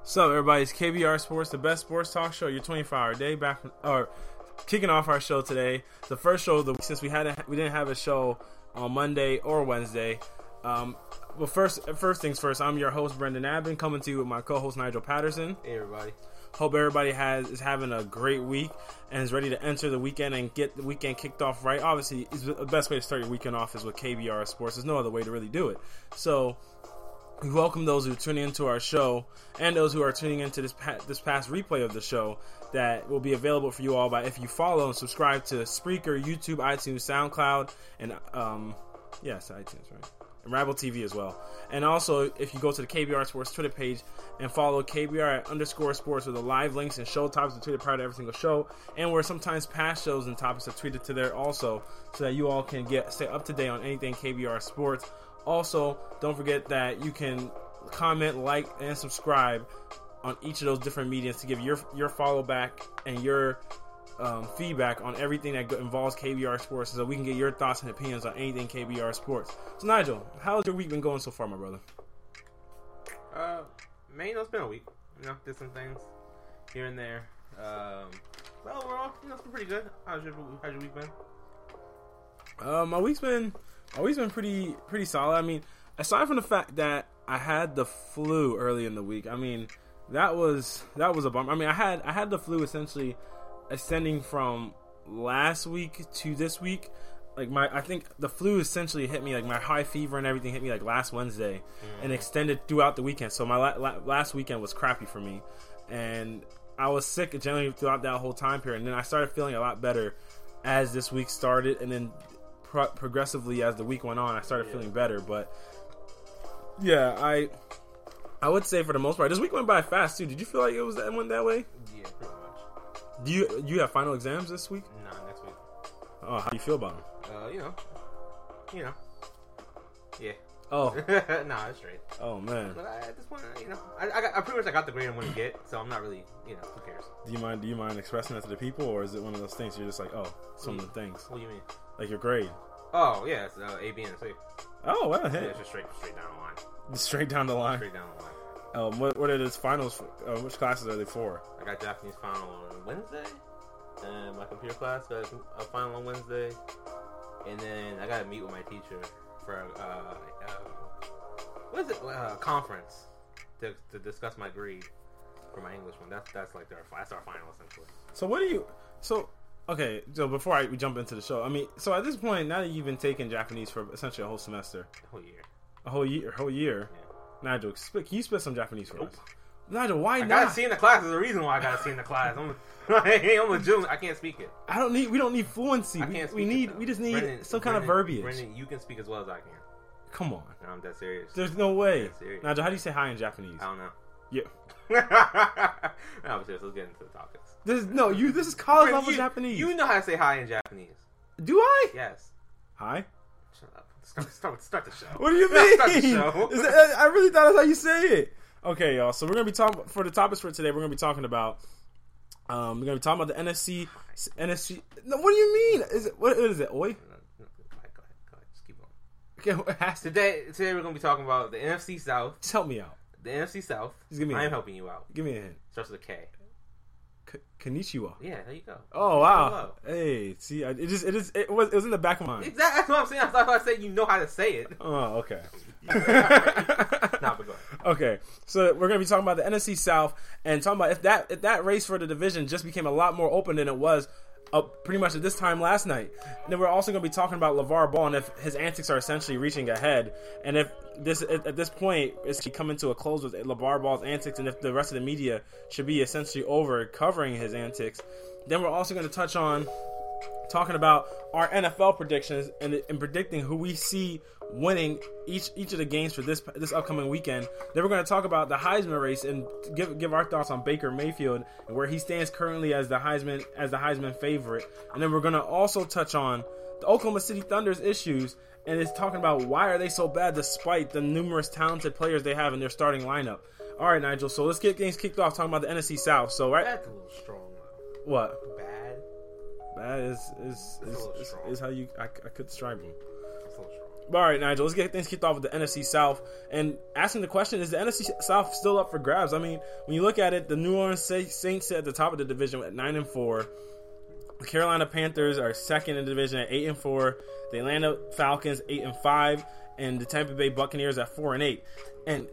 What's up, everybody? It's KBR Sports, the best sports talk show. Your 24-hour day back from, or kicking off our show today. The first show of the week since we had a, we didn't have a show on Monday or Wednesday. Um, well, first first things first. I'm your host Brendan Abin, coming to you with my co-host Nigel Patterson. Hey everybody. Hope everybody has is having a great week and is ready to enter the weekend and get the weekend kicked off right. Obviously, it's the best way to start your weekend off is with KBR Sports. There's no other way to really do it. So we welcome those who tune into our show and those who are tuning into this pa- this past replay of the show that will be available for you all by if you follow and subscribe to Spreaker, YouTube, iTunes, SoundCloud, and um, yes, iTunes, right? And Rabble TV as well. And also, if you go to the KBR Sports Twitter page and follow KBR at underscore sports with the live links and show topics are tweeted prior to every single show, and where sometimes past shows and topics are tweeted to there also, so that you all can get stay up to date on anything KBR Sports. Also, don't forget that you can comment, like, and subscribe on each of those different mediums to give your your follow back and your um, feedback on everything that go- involves KBR Sports, so we can get your thoughts and opinions on anything KBR Sports. So, Nigel, how's your week been going so far, my brother? Uh, man, you know, it's been a week. You know, did some things here and there. Um, well, overall, you know, it's been pretty good. How's your How's your week been? Uh, my week's been my week's been pretty pretty solid. I mean, aside from the fact that I had the flu early in the week, I mean that was that was a bummer. I mean, I had I had the flu essentially ascending from last week to this week. Like my, I think the flu essentially hit me like my high fever and everything hit me like last Wednesday, and extended throughout the weekend. So my la- la- last weekend was crappy for me, and I was sick generally throughout that whole time period. And then I started feeling a lot better as this week started, and then pro- progressively as the week went on, I started feeling better. But yeah, I I would say for the most part, this week went by fast too. Did you feel like it was that went that way? Yeah, pretty much. Do you you have final exams this week? Nah, next week. Oh, how do you feel about them? Uh, you know, you know, yeah. Oh, nah, it's straight. oh man. But I, at this point, you know, I, I, got, I pretty much I got the grade I'm gonna get, so I'm not really, you know, who cares? Do you mind? Do you mind expressing that to the people, or is it one of those things you're just like, oh, some of the things What do you mean? like your grade? Oh yeah, it's uh, A, B, and C. Oh well, Yeah, hey, it's just straight, straight down the line. straight down the line. Straight down the line. Um, what, what are those finals? For, uh, which classes are they for? I got Japanese final on Wednesday, and my computer class got a final on Wednesday, and then I got to meet with my teacher for uh, uh, what is it? Uh, conference to, to discuss my grade for my English one. That's that's like their that's our final essentially. So what do you? So okay, so before I we jump into the show, I mean, so at this point, now that you've been taking Japanese for essentially a whole semester, The whole year. a whole year, a whole year, Yeah. Nigel, spit, can you spit some Japanese for Nope. us? Nigel, why I not? gotta see in the class. There's a reason why I gotta see in the class. I'm, I'm a Jew. I can't speak it. I don't need. We don't need fluency. I We, can't speak we it, need. though. We just need Brendan- some kind of Brendan- verbiage. Brendan, you can speak as well as I can. Come on. No, I'm that serious. There's no way. Yeah, serious. Nigel, how do you say hi in Japanese? I don't know. Yeah. no, I'm serious. Let's get into the topics. This is, no, you. This is college level you, Japanese. You know how to say hi in Japanese. do I? Yes. Hi. Shut up. Start, start, start the show. What do you Start the mean? show. Is that- I really thought that's how you say it. Okay, y'all. So we're gonna be talking for the topics for today. We're gonna be talking about. Um, we're gonna be talking about the NFC. NFC. No, what do you mean? Is it what, what is it? Oi. No, no, go ahead, go ahead, go ahead. Just keep going. Okay, what has to Today, today we're going to be talking about the NFC South, just help me out. The NFC South. Just give me a- I am helping you out. Give me a hint. Starts with a K. K- Konnichiwa. Yeah, there you go. Oh wow! Hello. Hey, see, I, it just it is it was it was in the back of my mind. Exactly. That's what I'm saying. That's why I said you know how to say it. Oh, okay. nah, but go ahead. Okay, so we're gonna be talking about the NFC South and talking about if that if that race for the division just became a lot more open than it was up pretty much at this time last night. And then we're also gonna be talking about LeVar Ball and if his antics are essentially reaching ahead, and if this at, at this point is she coming to a close with LeVar Ball's antics, and if the rest of the media should be essentially over covering his antics. Then we're also gonna touch on talking about our NFL predictions and, and predicting who we see winning each each of the games for this this upcoming weekend. Then we're going to talk about the Heisman race and give give our thoughts on Baker Mayfield and where he stands currently as the Heisman as the Heisman favorite. And then we're going to also touch on the Oklahoma City Thunder's issues and it's talking about why are they so bad despite the numerous talented players they have in their starting lineup. All right, Nigel. So let's get things kicked off talking about the NFC South. So right, That's a little strong though. what? Bad. That is is is, little is, strong. is how you I, I could strive him. That's a little strong. All right, Nigel, let's get things kicked off with the NFC South and asking the question: Is the NFC South still up for grabs? I mean, when you look at it, the New Orleans Sa- Saints are at the top of the division at nine and four. The Carolina Panthers are second in the division at eight and four. The Atlanta Falcons eight and five, and the Tampa Bay Buccaneers at four and eight. And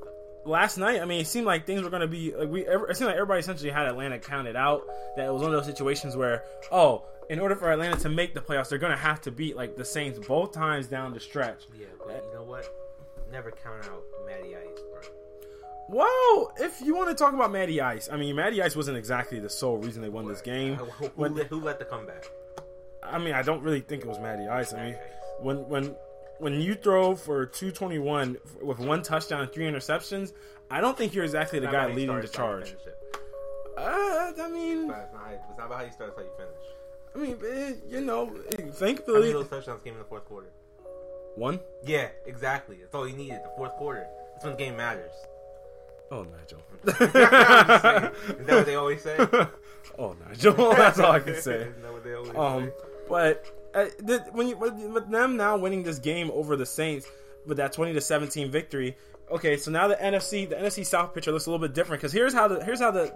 last night, I mean, it seemed like things were going to be like we. ev- It seemed like everybody essentially had Atlanta counted out. That it was one of those situations where, oh, in order for Atlanta to make the playoffs, they're going to have to beat like the Saints both times down the stretch. Yeah, but you know what? Never count out Matty Ice, bro. Well, if you want to talk about Matty Ice, I mean, Matty Ice wasn't exactly the sole reason they won this game. Uh, Who, who, When- let, who let the comeback? I mean, I don't really think it was Matty Ice. I mean, when when when you throw for 221 f- with one touchdown and three interceptions, I don't think you're exactly the Not guy how you leading start, the it's not how you charge. finish Uh, it. I mean, But It's not, how you- it's not about how you start, it's how you finish. I mean, eh, you know, eh, How many thankfully, of those touchdowns came in the fourth quarter? one. Yeah, exactly. That's all you needed. The fourth quarter. That's when the game matters. Oh, Nigel. Is that what they always say? Oh, Nigel. That's all I can say. Isn't that what they always Um, say? but uh, th- when you with with them now winning this game over the Saints with that twenty to seventeen victory, okay, so now the NFC the NFC South picture looks a little bit different because here's how the here's how the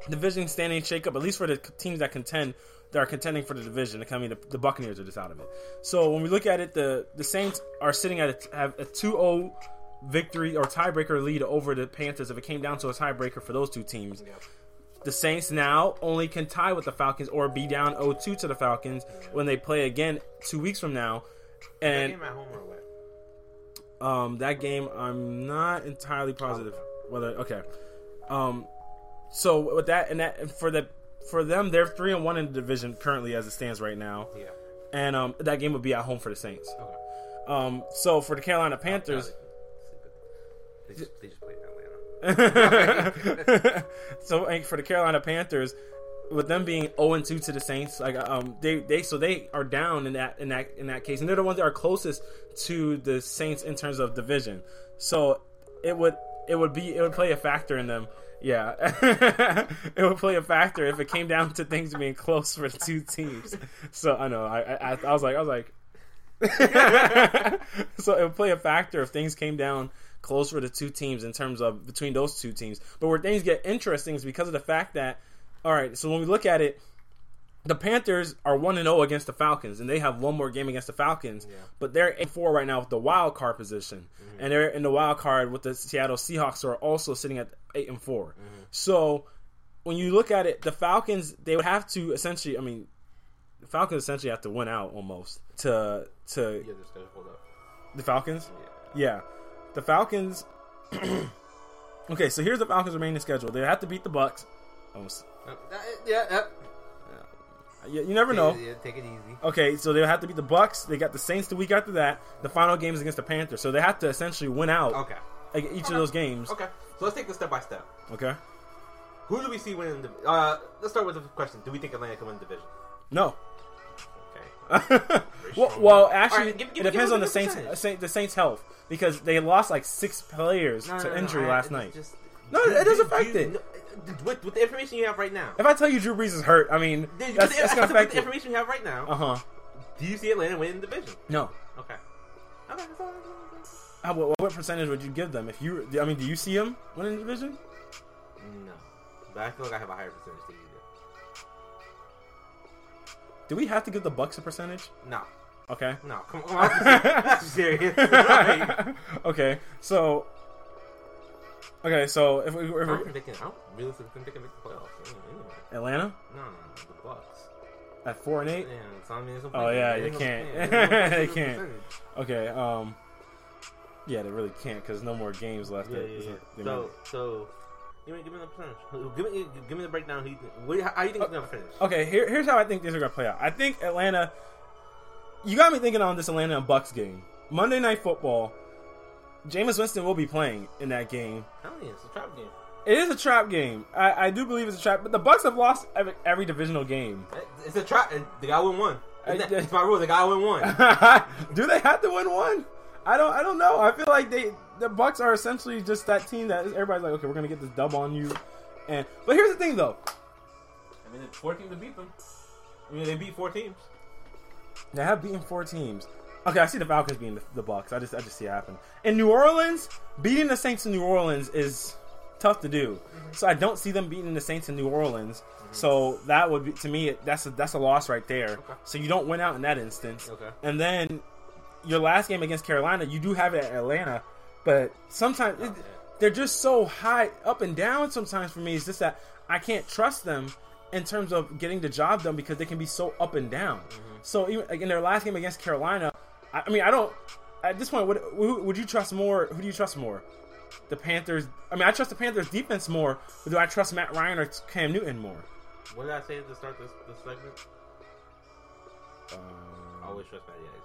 the division standing shake up at least for the teams that contend that are contending for the division. I mean, the, the Buccaneers are just out of it. So when we look at it, the the Saints are sitting at a, have a 2-0 victory or tiebreaker lead over the Panthers if it came down to a tiebreaker for those two teams. The Saints now only can tie with the Falcons or be down 0-2 to the Falcons when they play again two weeks from now. And Game at home or what? um, that game, I'm not entirely positive whether okay. Um, so with that and that and for the for them, they're three and one in the division currently as it stands right now, Yeah. and um, that game would be at home for the Saints. Okay. Um, so for the Carolina Panthers, They just, they just played Atlanta. so like, for the Carolina Panthers, with them being 0 2 to the Saints, like um they, they so they are down in that in that in that case, and they're the ones that are closest to the Saints in terms of division. So it would it would be it would play a factor in them. Yeah, it would play a factor if it came down to things being close for the two teams. So I know I I, I was like I was like so it would play a factor if things came down close for the two teams in terms of between those two teams. But where things get interesting is because of the fact that, all right, so when we look at it, the Panthers are 1 0 against the Falcons, and they have one more game against the Falcons, but they're 8 4 right now with the wild card position. And they're in the wild card with the Seattle Seahawks, who are also sitting at 8 and 4. So when you look at it, the Falcons, they would have to essentially, I mean, the Falcons essentially have to win out almost to to Yeah, their schedule hold up. the Falcons? Yeah. Yeah. The Falcons. okay, so here's the Falcons' remaining schedule. They have to beat the Bucks. Oh, Almost. Uh, that- yeah, that- You, you never know. Yeah, take it easy. Okay, so they have to beat the Bucks. They got the Saints the week after that. The final game is against the Panthers, so they have to essentially win out Oh. Okay. like, each of those games. Okay. So let's take this step by step. Okay. Who do we see winning the? Uh, let's start with the question. Do we think Atlanta can win the division? No. Okay. Well, well All actually, right, give- it give- give depends us on a the Saints, percentage. Saint- the Saints' health because they lost like six players to injury I- last it's night. just- No, it doesn't affect it. no, with, with the information you have right now. if I tell you Drew Brees is hurt, I mean Dude, that's, with the- that's gonna with affect the it. information you have right now. Uh huh. Do you see Atlanta winning the division? No. Okay. Okay. that's all- that's all- that's all. How, what, what percentage would you give them if you? I mean, do you see them winning the division? No, but I feel like I have a higher percentage than you do. Do we have to give the Bucks a percentage? No, Okay. no, come on, I'm serious. Like, okay. So. Okay, so if we, if I'm we predicting. I'm really predicting the playoffs. Anyway, Atlanta no, no, no, the Bucks. at four and eight. Yeah, so I mean, it's a Oh, yeah, it's you a- can't. yeah, it's a- You it's a can't. percentage. Okay. Um. Yeah, they really can't because no more games left. Yeah, It- yeah, it's yeah. like- they So, mean- so give me, give me the percentage. Give me, give me the breakdown. Who you think, what, how you think it's gonna finish? Okay, here, here's how I think these are gonna play out. I think Atlanta. You got me thinking on this Atlanta and Bucks game. Monday Night Football. Jameis Winston will be playing in that game. Hell yeah, it's a trap game. It is a trap game. I, I do believe it's a trap, but the Bucks have lost every, every divisional game. It's a trap. The guy win one. I- It's it's my rule. The guy win one. do they have to win one? I don't. I don't know. I feel like they the Bucks are essentially just that team that everybody's like, okay, we're gonna get this dub on you. And but here's the thing though, I mean, it's four teams to beat them. I mean, they beat four teams. They have beaten four teams. Okay, I see the Falcons beating the, the Bucks. I just I just see it happen. In New Orleans, beating the Saints in New Orleans is tough to do. So I don't see them beating the Saints in New Orleans. So that would be to me that's a, that's a loss right there. So you don't win out in that instance. Okay. And then your last game against Carolina, you do have it at Atlanta, but sometimes it, they're just so high up and down. Sometimes for me, it's just that I can't trust them in terms of getting the job done because they can be so up and down. So even like in their last game against Carolina, I, I mean, I don't. At this point, would, who, would you trust more? Who do you trust more? The Panthers. I mean, I trust the Panthers defense more, but do I trust Matt Ryan or Cam Newton more? What did I say to start this, this segment? Uh, I always trust bad guys.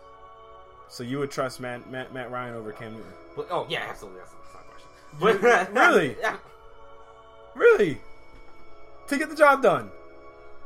So you would trust Matt Matt, Matt Ryan over Cam Newton? But oh yeah, absolutely. That's, that's not a question. But Really? Yeah. Really? To get the job done.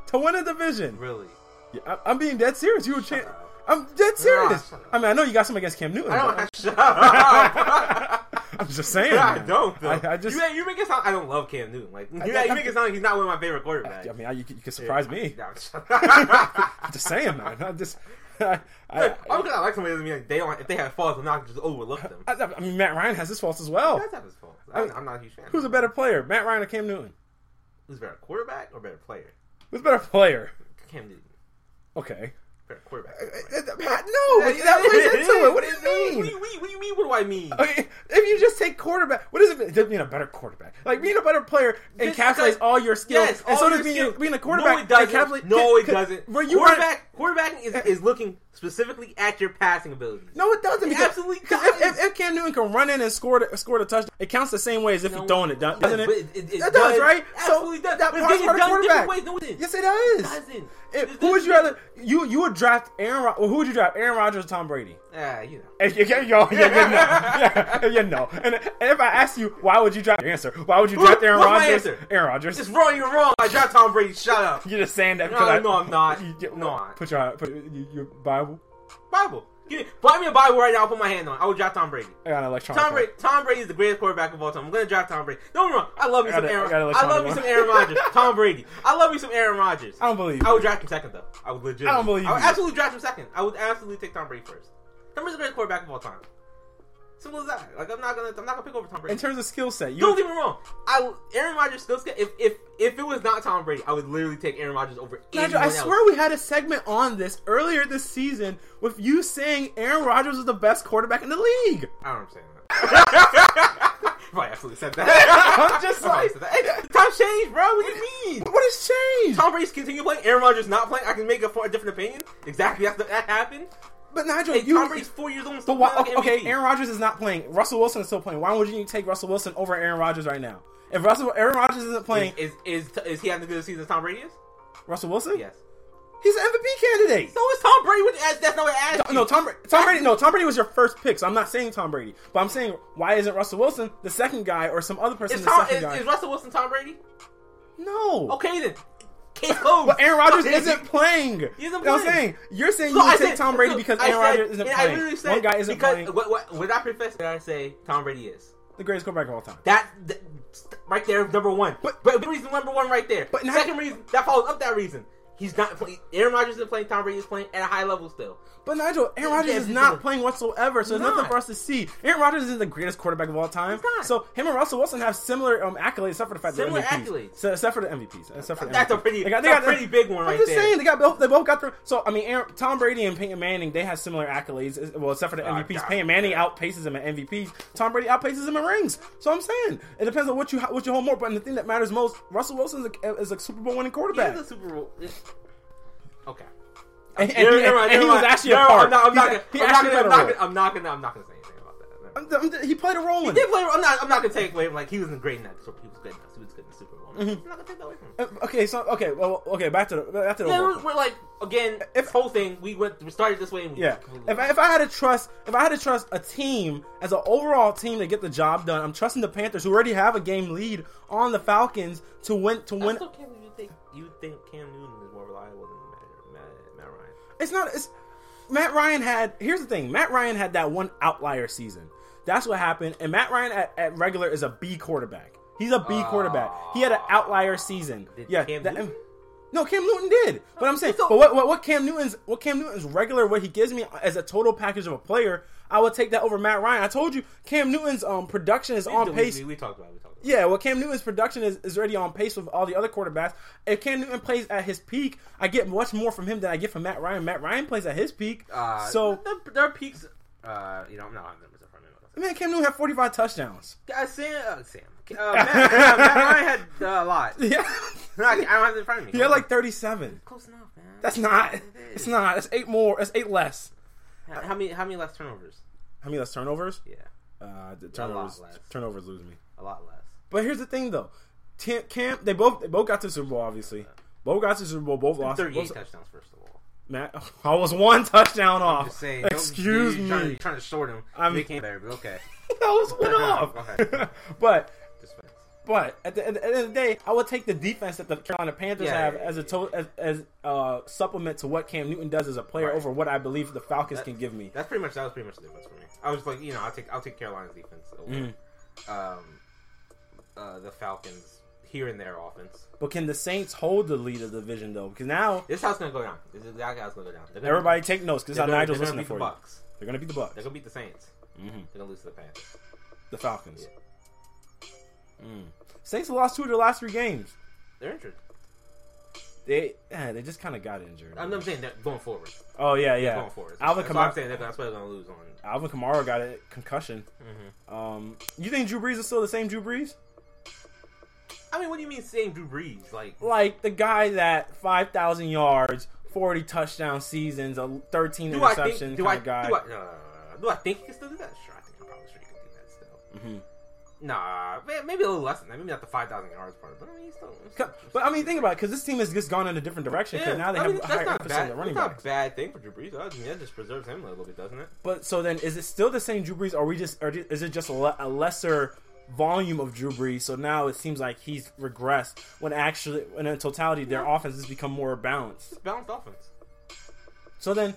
To win a division. really. Yeah, I, am being dead serious. You were cha- up. I'm dead serious. shut up. I mean, I know you got something against Cam Newton. I but don't. Shut up. I'm just saying. I man. don't. Though. I, I just. you, make- you make it sound. I don't love Cam Newton. Like you, I- you make it sound like he's not one of my favorite quarterbacks. I mean, I, you, you can surprise me. No, I'm just saying, man. I just. I, I, I'm gonna like somebody doesn't mean like they don't. If they have faults, I'm not just overlook them. I, I mean, Matt Ryan has his faults as well. That's not his fault. I'm, I'm not a huge fan. Who's a better player, Matt Ryan or Cam Newton? Who's better, quarterback or better player? Who's a better player? Cam Newton. Okay. Better quarterback. Uh, uh, Matt, no, but that plays into it. What do you What mean? do you mean? What do you mean? What do I mean? Okay, if you just take quarterback, what does it mean? It doesn't mean a better quarterback. Like being a better player Just encapsulates because- all your skills, Yes, and all so your does being, skills. being a quarterback. No, it doesn't. encapsulate- No, it could- doesn't. Where you quarterback, quarterback? quarterbacking is, is looking specifically at your passing abilities. No, it doesn't. Because, absolutely because if, does. if, if Cam Newton can run in and score the, score the touchdown, it counts the same way as if No, you're throwing it, doesn't but it? it- it- it that does. does, right? Absolutely so does. that But part's it's part of done different quarterback. ways, no, it isn't. Yes, it does. It doesn't. It- It who would doesn't. you rather? You you would draft Aaron? Rod- well, who would you draft? Aaron Rodgers, or Tom Brady? Ah, you know. If you, you, know, yeah, you know, yeah, you know. And, and if I ask you, why would you draft? Your answer. Why would you Who- draft Aaron what's my Rodgers? answer? Aaron Rodgers. It's wrong. You're wrong. I dropped Tom Brady. Shut up. You're just saying that No, because I, no, I'm not. No. Put your put your, your Bible Bible. Give me, buy me a Bible right now. I'll put my hand on. it. I will drop Tom Brady. I got an electronic. Tom one. Brady, Tom Brady is the greatest quarterback of all time. I'm gonna draft Tom Brady. Don't get me wrong. I love me I got it, some I got it, Aaron. like I love Tom me some Brady. Aaron Rodgers. Tom Brady. I love me some Aaron Rodgers. I don't believe I would draft him second though. I would legit. I don't believe I would you. absolutely draft him second. I would absolutely take Tom Brady first. Tom Brady's the greatest quarterback of all time. Simple as that. Like I'm not gonna. I'm not gonna pick over Tom Brady. In terms of skill set, you Don't get me wrong. I Aaron Rodgers still scared. If if if it was not Tom Brady, I would literally take Aaron Rodgers over. Nigel, I anyone else. swear we had a segment on this earlier this season with you saying Aaron Rodgers is the best quarterback in the league. I don't understand that. Probably absolutely said that. I'm just Probably like, said that. Hey, times change, bro. What do you mean? what has changed? Tom Brady's continue playing. Aaron Rodgers not playing. I can make a, a different opinion. Exactly. That's, that happened. But Nigel, Hey, you. Tom Brady's four years old. And but still why, playing okay, like okay, MVP. Aaron Rodgers is not playing. Russell Wilson is still playing. Why would you take Russell Wilson over Aaron Rodgers right now? If Russell Aaron Rodgers isn't playing, is, is is is he having a good season? as Tom Brady is. Russell Wilson, Yes. he's an MVP candidate. So is Tom Brady. What, that's that's not what I asked. No, you. Tom, Bra- Tom Brady. No, Tom Brady was your first pick, so I'm not saying Tom Brady, but I'm saying why isn't Russell Wilson the second guy or some other person Is, the Tom, second is, guy? is Russell Wilson Tom Brady? no. Okay then. Case closed. But Aaron Rodgers Okay. isn't playing. He isn't You know what I'm playing. saying you're saying No, you would I take said- Tom Brady no, because I Aaron said- Rodgers isn't and I playing. literally said One guy isn't because, playing. What, what, what I profess that I say Tom Brady is. The greatest quarterback of all time. That, th- right there, number one. But- But, but reason number one, right there. But now- second reason that follows up that reason. He's not playing. Aaron Rodgers isn't playing. Tom Brady is playing at a high level still. But Nigel, Aaron Rodgers Yeah, is he's not not. playing whatsoever, so there's He's nothing not. for us to see. Aaron Rodgers is the greatest quarterback of all time. He's not. So him and Russell Wilson have similar um, accolades, except for the fact Similar they're MVPs. accolades. So, except for the MVPs. Except for the That's a MVPs. pretty- that's a pretty big one I'm right just there. saying they got both. They both got their. So I mean, Aaron, Tom Brady and Peyton Manning, they have similar accolades. is- Well, except for the Ah, MVPs. God. Peyton Manning outpaces him in MVPs. Tom Brady outpaces him in rings. So I'm saying it depends on what you what you hold more. But the thing that matters most, Russell Wilson is a, is a Super Bowl winning quarterback. He's a Super Bowl. Okay. And, and Never he, mind, and never he was mind. actually Never a mind. part. I'm not. I'm He's not. a- gonna- he I'm not actually gonna- played I'm a not role. gonna- I'm not gonna. I'm not gonna say anything about that. Never mind. I'm- I'm- He played a role in He it. did play. I'm not. I'm not gonna take away. Like he wasn't great in that. Super, he was good. In that, he was good in the Super Bowl. I'm not gonna take that away from him. Uh, Okay, so okay, well, okay, back to the back to the Yeah, whole we're, thing. we're like again. This whole thing we went. We started this way. And we yeah. If I, if I had to trust, if I had to trust a team as an overall team to get the job done, I'm trusting the Panthers, who already have a game lead on the Falcons, to win. To I win, still can't believe you think you think Cam Newton is more reliable than Matt, Matt, Matt Ryan. it's not. It's Matt Ryan had. Here's the thing: Matt Ryan had that one outlier season. That's what happened. And Matt Ryan at, at regular is a B quarterback. He's a B quarterback. He had an outlier season. Did yeah. Cam that- Newton? No, Cam Newton did. But I'm saying, So- but what, what what Cam Newton's what Cam Newton's regular what he gives me as a total package of a player, I would take that over Matt Ryan. I told you Cam Newton's um production is on We- pace. We, we talked about. It, we talked about. it. Yeah, well, Cam Newton's production is, is already on pace with all the other quarterbacks. If Cam Newton plays at his peak, I get much more from him than I get from Matt Ryan. Matt Ryan plays at his peak, Uh, so the, their peaks. Uh, you know, I'm not on numbers in front of me. man, Cam Newton had 45 touchdowns. Uh, Sam, uh, Sam, uh, Matt, Matt, Matt Ryan had uh, a lot. Yeah, No, I, I don't have it in front of me. he had like 37. close enough, man. That's not. It's not. That's eight more. That's eight less. How, how many? How many less turnovers? How many less turnovers? Yeah, Uh, the turnovers. less. Turnovers lose me. a lot less. But here's the thing, though. Tim, Cam, they both they both got to the Super Bowl, obviously. Both got to the Super Bowl, both lost. Thirty-eight Both, touchdowns, first of all. Matt, I was one touchdown off. Just saying. don't- Excuse you're Trying, me, you're trying to short him. I'm- I'm making better, but okay. I was one Go off. ahead. but Just fine. but at the, at the end of the day, I would take the defense that the Carolina Panthers Yeah, have yeah, as a to, as, as uh, supplement to what Cam Newton does as a player Right. over what I believe the Falcons That- can give me. That's pretty much that was pretty much the difference for me. I was like, you know, I'll take I'll take Carolina's defense Mm. over um, uh, the Falcons here and there offense. But can the Saints hold the lead of the division though? Because now This house gonna go down. This is exactly how it's gonna go down. They're gonna- everybody take notes. Because they're how gonna- Nigel's they're listening gonna for beat you. Mm-hmm. the Bucks. They're gonna beat the Bucks, They're gonna beat the Saints. They're gonna lose to the Panthers. the Falcons. Yeah. Mm. Saints lost two of their last three games. They're injured. They yeah, they just kind of got injured. I'm, I'm saying that going forward. oh yeah, yeah. Going forward. Alvin That's what I'm Kamara. saying they're gonna, that's why they're gonna lose on. Alvin Kamara got a concussion. Mm-hmm. Um, you think Drew Brees is still the same Drew Brees? I mean, what do you mean same Drew Brees? Like Like the guy that five thousand yards, forty touchdown seasons, a thirteen do I interception think? Do I, kind do of I, guy. no, no, no, no. do I think he can still do that? Sure, I think I'm probably sure he can do that still. Mm-hmm. Nah, may- maybe a little less than that. Maybe not the five thousand yards part, but I mean, he's still. he's still- But I mean, think about it, because this team has just gone in a different direction. Because Yeah, now they I have mean, a that's higher not emphasis on bad. the running That's not back. a bad thing for Drew Brees. I mean, that just preserves him a little bit, doesn't it? But so then, is it still the same Drew Brees, or we just, or ju- is it just a, le- a lesser volume of Drew Brees? So now it seems like he's regressed. When actually, when in totality, their offense has become more balanced. Balanced offense. So then,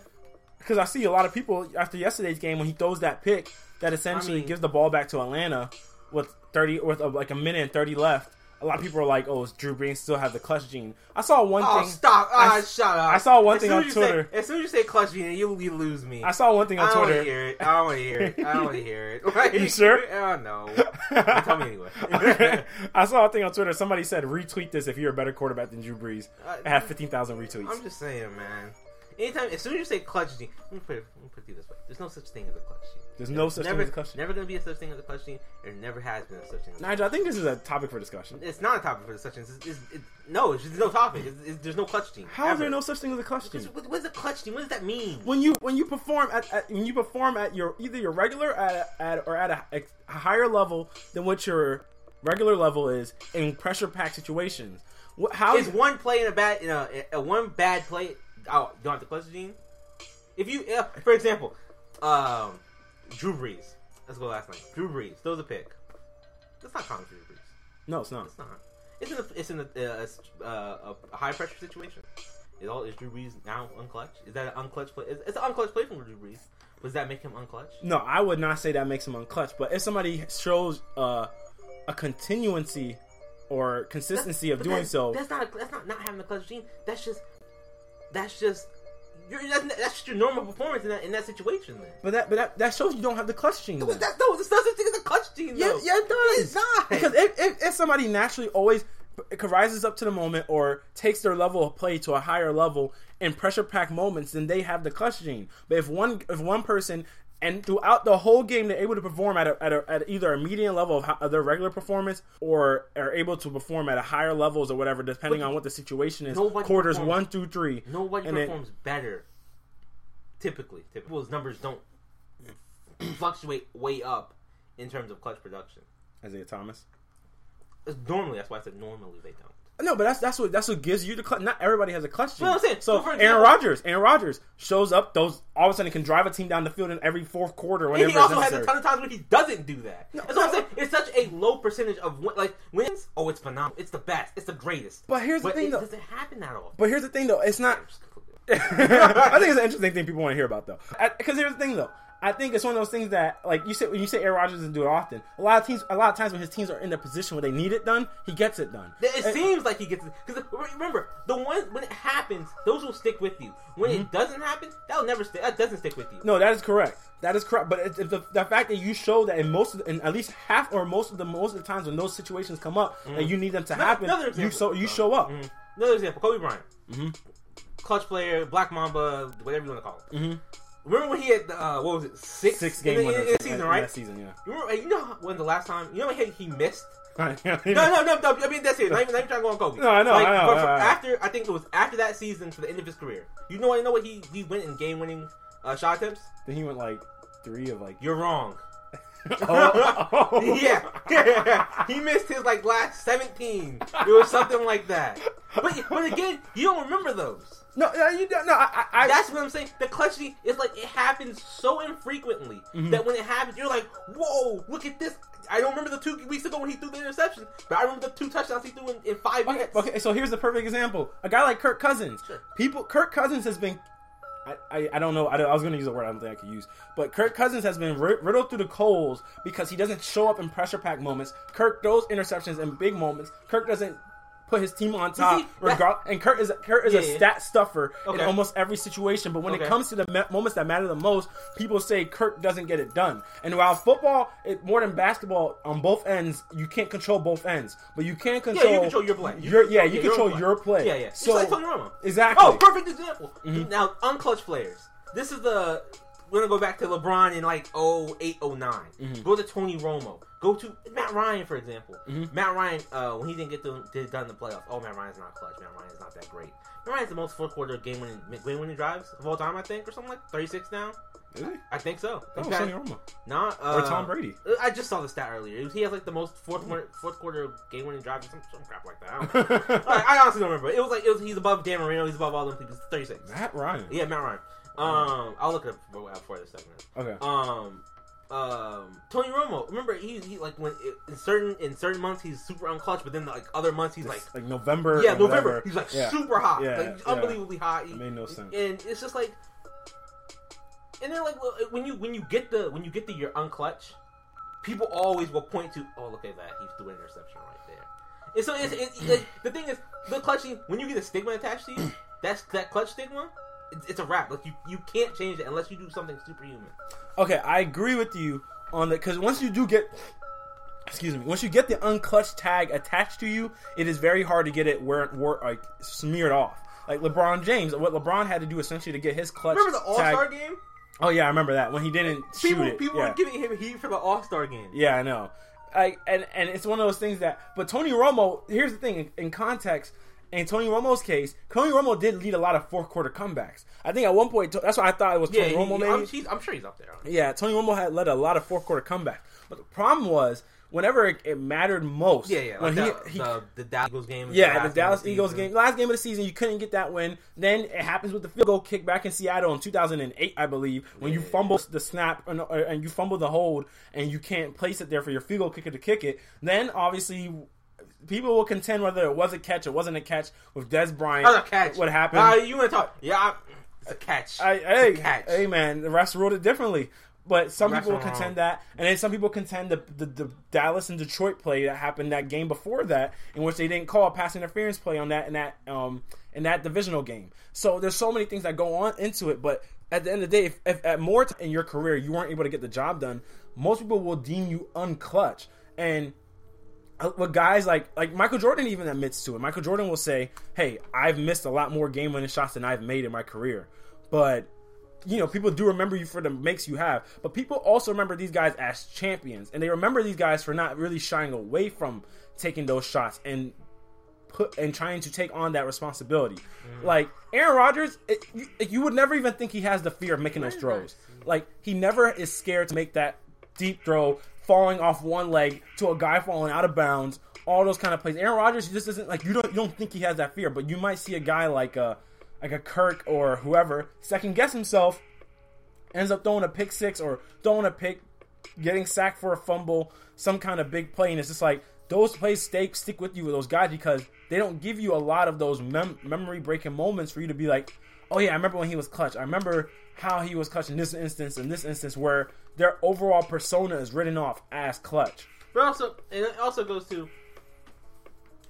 because I see a lot of people after yesterday's game when he throws that pick that essentially I mean- gives the ball back to Atlanta with thirty with uh, like a minute and thirty left. A lot of people are like, "Oh, is Drew Brees still have the clutch gene?" I saw one Oh, thing. stop! Ah, I, shut up! I saw one As thing soon on as you say- Twitter. as soon as you say clutch, you, you, you lose me. I saw one thing on I don't want to Twitter. hear it. I don't want to hear it. I don't want to hear it. Like, You sure? Oh no. Tell me anyway. I saw a thing on Twitter. Somebody said, "Retweet this if you're a better quarterback than Drew Brees." Uh, I have fifteen thousand retweets. I'm just saying, man. Anytime, as soon as you say clutch gene, let me put it, let me put it this way: there's no such thing as a clutch gene. There's no such Never, thing as a question. never gonna be a such thing as a clutch gene. There never has been a such thing. As a Nigel, I think this is a topic for discussion. It's not a topic for discussion. It's, it's, it's, no, it's just no topic. It's, it's, there's no clutch team. How is there ever. no such thing as a question? What, what is a clutch team? What does that mean? when you when you perform at, at when you perform at your either your regular at, at or at a, a higher level than what your regular level is in pressure pack situations. What, how Is one play in a bad in a, a one bad play? Oh, you don't have the clutch gene. If you, uh, for example, um, Drew Brees. Let's go last night. Drew Brees throws a pick. That's not common for Drew Brees. no, it's not. It's not. It's in a, it's in a, a, a, a high pressure situation. Is all is Drew Brees now unclutch? Is that an unclutch play? It's, it's an unclutch play from Drew Brees. Does that make him unclutch? No, I would not say that makes him unclutch. But if somebody shows uh, a continuancy or consistency of But doing that- so, That's not a, that's not not having the clutch gene. That's just that's just you're, that's, that's just your normal performance in that in that situation. Then. But that, but that, that shows you don't have the clutch gene. But then. that no, this doesn't think it's a clutch team. Yeah, though. yeah, it does. It's not because if, if, if somebody naturally always c- rises up to the moment or takes their level of play to a higher level in pressure packed moments, then they have the clutch gene. But if one if one person and throughout the whole game they're able to perform at a, at, a, at either a median level of, ho- of their regular performance or are able to perform at a higher levels or whatever depending on what the situation is. Nobody Quarters performs- one through three. nobody And then- performs better. Typically, typically, people's numbers don't fluctuate way up in terms of clutch production. Isaiah Thomas. It's normally, that's why I said normally they don't. No, but that's that's what that's what gives you the clutch. Not everybody has a clutch. Well, I'm gene. saying, so so for Aaron example- Rodgers, Aaron Rodgers shows up. Those all of a sudden can drive a team down the field in every fourth quarter whenever And he also it's has necessary. a ton of times when he doesn't do that. That's what I'm no. saying. It's such a low percentage of win- like wins. Oh, it's phenomenal. It's the best. It's the greatest. But here's the thing, it though- doesn't happen that often. But here's the thing, though. It's not. I think it's an interesting thing people want to hear about, though. Because here's the thing, though. I think it's one of those things that, like you said, when you say Aaron Rodgers doesn't do it often, a lot of teams, a lot of times when his teams are in the position where they need it done, he gets it done. It seems like he gets it because remember the one when it happens, those will stick with you. When it doesn't happen, that'll never stick. That doesn't stick with you. Mm-hmm. No, that is correct. That is correct. But it's, it's the, the fact that you show that in most, of the, in at least half or most of the most of the times when those situations come up and you need them to happen, Mm-hmm. another you example. Mm-hmm. so you show up. Another example: Kobe Bryant, Mm-hmm. clutch player, Black Mamba, whatever you want to call it. Remember when he had the, uh, what was it six Mm-hmm. Six in game the- winner in, in the season, right? That season, yeah. You, remember, you know how- when the last time you know when he, he missed. no, No, no, no, no. I mean, that's it. Not even, not even trying to go on Kobe. No, I know, Like, I know, for- I for know. after, I think it was after that season to the end of his career. You know, I know what he he went in game winning uh, shot attempts. Then he went like three of like. You're wrong. Oh, oh. yeah, he missed his like last 17. It was something like that. But but again, you don't remember those. No, no, you don't. No, I, I, That's what I'm saying. The clutch gene is like it happens so infrequently Mm-hmm. that when it happens, you're like, "Whoa, look at this!" I don't remember the two weeks ago when he threw the interception, but I remember the two touchdowns he threw in, in five Okay, minutes. okay, so here's the perfect example. A guy like Kirk Cousins. People, Kirk Cousins has been. I, I, I don't know. I, don't- I was going to use a word I don't think I could use. But Kirk Cousins has been ri- riddled through the coals because he doesn't show up in pressure pack moments. Kirk those interceptions in big moments. Kirk doesn't put his team on top. see, that- regard, and Kirk is Kirk is Yeah, a yeah. stat stuffer Okay. in almost every situation. But when it Okay. comes to the ma- moments that matter the most, people say Kirk doesn't get it done. And while football, it, more than basketball, on both ends, you can't control both ends, but you can control. Yeah, you control your play. You- Your, yeah, you control own your play. Yeah, yeah. So So like Tony Romo. exactly. Mm-hmm. Oh, perfect example. Now, unclutch players. This is the we're gonna go back to LeBron in like 08, 09. Mm-hmm. Go to Tony Romo. Go to Matt Ryan for example. Mm-hmm. Matt Ryan uh, when he didn't get done, did done in the playoffs. Oh, Matt Ryan's not clutch. Matt Ryan's not that great. Matt Ryan's the most fourth quarter game winning game winning drives of all time, I think, or something like thirty six now. Really? I think so. Oh, This guy- Tony Romo. Nah, uh, Tom Brady. Mm-hmm. I just saw the stat earlier. It was- He has like the most fourth quarter, fourth quarter game winning drive or some, some crap like that. I, don't know. Like, I honestly don't remember. It was like it was, he's above Dan Marino. He's above all them people. He's Thirty six. Matt Ryan. Yeah, Matt Ryan. Um, I'll look it up for- for this segment. Okay. Um, um, Tony Romo. Remember, he, he like when in certain in certain months he's super unclutch, but then like other months he's like It's like November. yeah, and November. whatever. He's like Yeah. super hot, Yeah, like yeah. unbelievably hot. It made no sense. And it's just like, and then like when you when you get the when you get the your unclutch, people always will point to oh look at that he threw an interception right there. And so it's, it's, like, the thing is the clutching when you get a stigma attached to you, that's that clutch stigma. It's, it's a wrap. Like you you can't change it unless you do something superhuman. Okay, I agree with you on that because once you do get, excuse me, once you get the unclutched tag attached to you, it is very hard to get it where where like smeared off. Like LeBron James, what LeBron had to do essentially to get his clutch. Remember the All Star tag- game? Oh yeah, I remember that when he didn't People shoot it. people yeah. were giving him heat for the All Star game. Yeah, I know. Like, and and it's one of those things that. But Tony Romo, here's the thing in, in context. In Tony Romo's case, Tony Romo did lead a lot of fourth quarter comebacks. I think at one point, that's why I thought it was yeah. Tony he- Romo. Maybe I'm, he's- I'm sure he's up there. yeah, Tony Romo had led a lot of fourth quarter comebacks. But the problem was, whenever it, it mattered most, Yeah, yeah. when Like he, the, he- the, the Dallas Eagles game. yeah, last the game of Dallas season. Eagles game, last game of the season, you couldn't get that win. Then it happens with the field goal kick back in Seattle in 2008, I believe, when you fumble the snap and, or- and you fumble the hold and you can't place it there for your field goal kicker to kick it. Then obviously. People will contend whether it was a catch or wasn't a catch with Des Bryant. Another catch. What happened? Nah, you want to talk? Yeah, I, it's a catch. I, it's hey, a catch. hey, man, the refs ruled it differently. But some That's people will wrong. contend that, and then some people contend the, the the Dallas and Detroit play that happened that game before that, in which they didn't call a pass interference play on that in that um in that divisional game. So there's so many things that go on into it. But at the end of the day, if, if at more t- in your career you weren't able to get the job done, most people will deem you unclutch. And uh, with guys like like Michael Jordan even admits to it. Michael Jordan will say, "Hey, I've missed a lot more game winning shots than I've made in my career," but you know people do remember you for the makes you have. But people also remember these guys as champions, and they remember these guys for not really shying away from taking those shots and put and trying to take on that responsibility. Like Aaron Rodgers, it, you, you would never even think he has the fear of making those throws. Like he never is scared to make that deep throw, falling off one leg to a guy falling out of bounds. All those kind of plays. Aaron Rodgers just isn't like you don't you don't think he has that fear, but you might see a guy like a like a Kirk or whoever second guess himself, ends up throwing a pick six or throwing a pick getting sacked for a fumble, some kind of big play, and it's just like those plays stay stick with you with those guys because they don't give you a lot of those mem- memory breaking moments for you to be like, oh yeah, I remember when he was clutch. I remember how he was clutch in this instance, in this instance where their overall persona is written off as clutch. But also, and it also goes to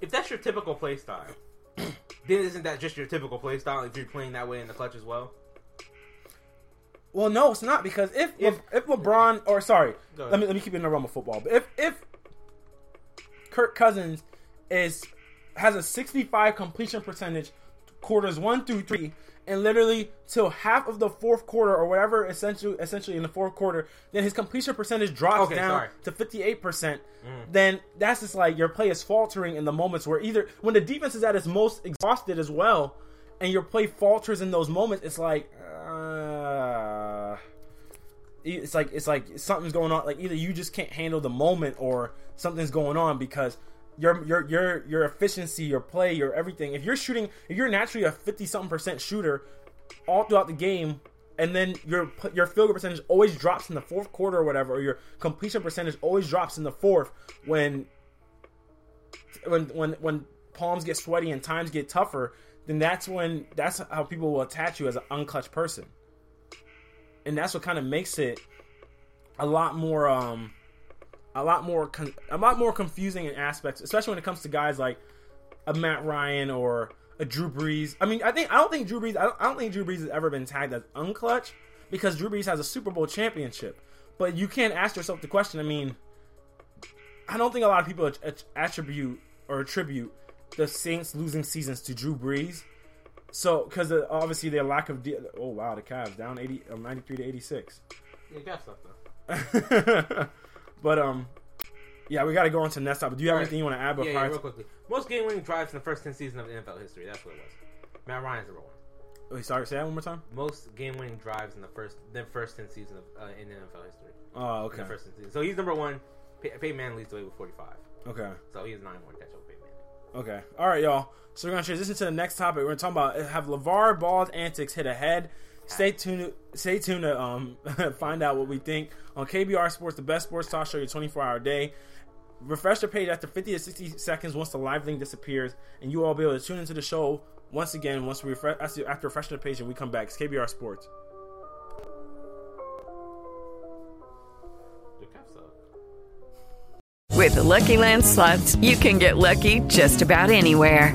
if that's your typical play style, then isn't that just your typical play style if you're playing that way in the clutch as well? Well, no, it's not because if if, If- if LeBron or sorry, Go ahead. let me let me keep it in the realm of football. But if if Kirk Cousins is has a 65 completion percentage quarters one through three, and literally till half of the fourth quarter or whatever essentially essentially in the fourth quarter, then his completion percentage drops Okay, down sorry. Mm. to 58 percent. Then that's just like your play is faltering in the moments where either when the defense is at its most exhausted as well, and your play falters in those moments. It's like. Uh, e, it's like it's like something's going on. Like either you just can't handle the moment, or something's going on because your your your your efficiency, your play, your everything. If you're shooting, if you're naturally a fifty something percent shooter all throughout the game, and then your your field goal percentage always drops in the fourth quarter or whatever, or your completion percentage always drops in the fourth when when when when palms get sweaty and times get tougher, then that's when that's how people will attach you as an unclutched person, and that's what kind of makes it a lot more um a lot more con- a lot more confusing in aspects, especially when it comes to guys like a Matt Ryan or a Drew Brees. I mean, I think I don't think Drew Brees. I don't, I don't think Drew Brees has ever been tagged as unclutch because Drew Brees has a Super Bowl championship. But you can't ask yourself the question. I mean, I don't think a lot of people att- att- attribute or attribute the Saints losing seasons to Drew Brees. So, because obviously their lack of de- oh wow, the Cavs down eighty um, ninety three to eighty six. You got something. but um, yeah, we got to go on to next topic. Do you have All right. anything you want to add? Yeah, before yeah, I- real quickly. Most game-winning drives in the first ten seasons of NFL history. That's what it was. Matt Ryan's the one. Wait, sorry, say that one more time. Most game-winning drives in the first, the first ten seasons of uh, in NFL history. Oh, In okay, the first 10 seasons. So he's number one. Pey- Peyton Manning leads the way with forty-five. okay, So he's nine more catch over Peyton Manning. okay. All right, y'all. So we're gonna transition to the next topic. We're gonna talk about have Levar Ball's antics hit ahead. Stay tuned. Stay tuned to um find out what we think on KBR Sports, the best sports talk show, your twenty four hour day. refresh the page after 50 to 60 seconds once the live link disappears, and you all be able to tune into the show once again once we refresh after after refreshing the page and we come back. It's KBR Sports. The Cavs suck. With the Lucky Land slots, you can get lucky just about anywhere.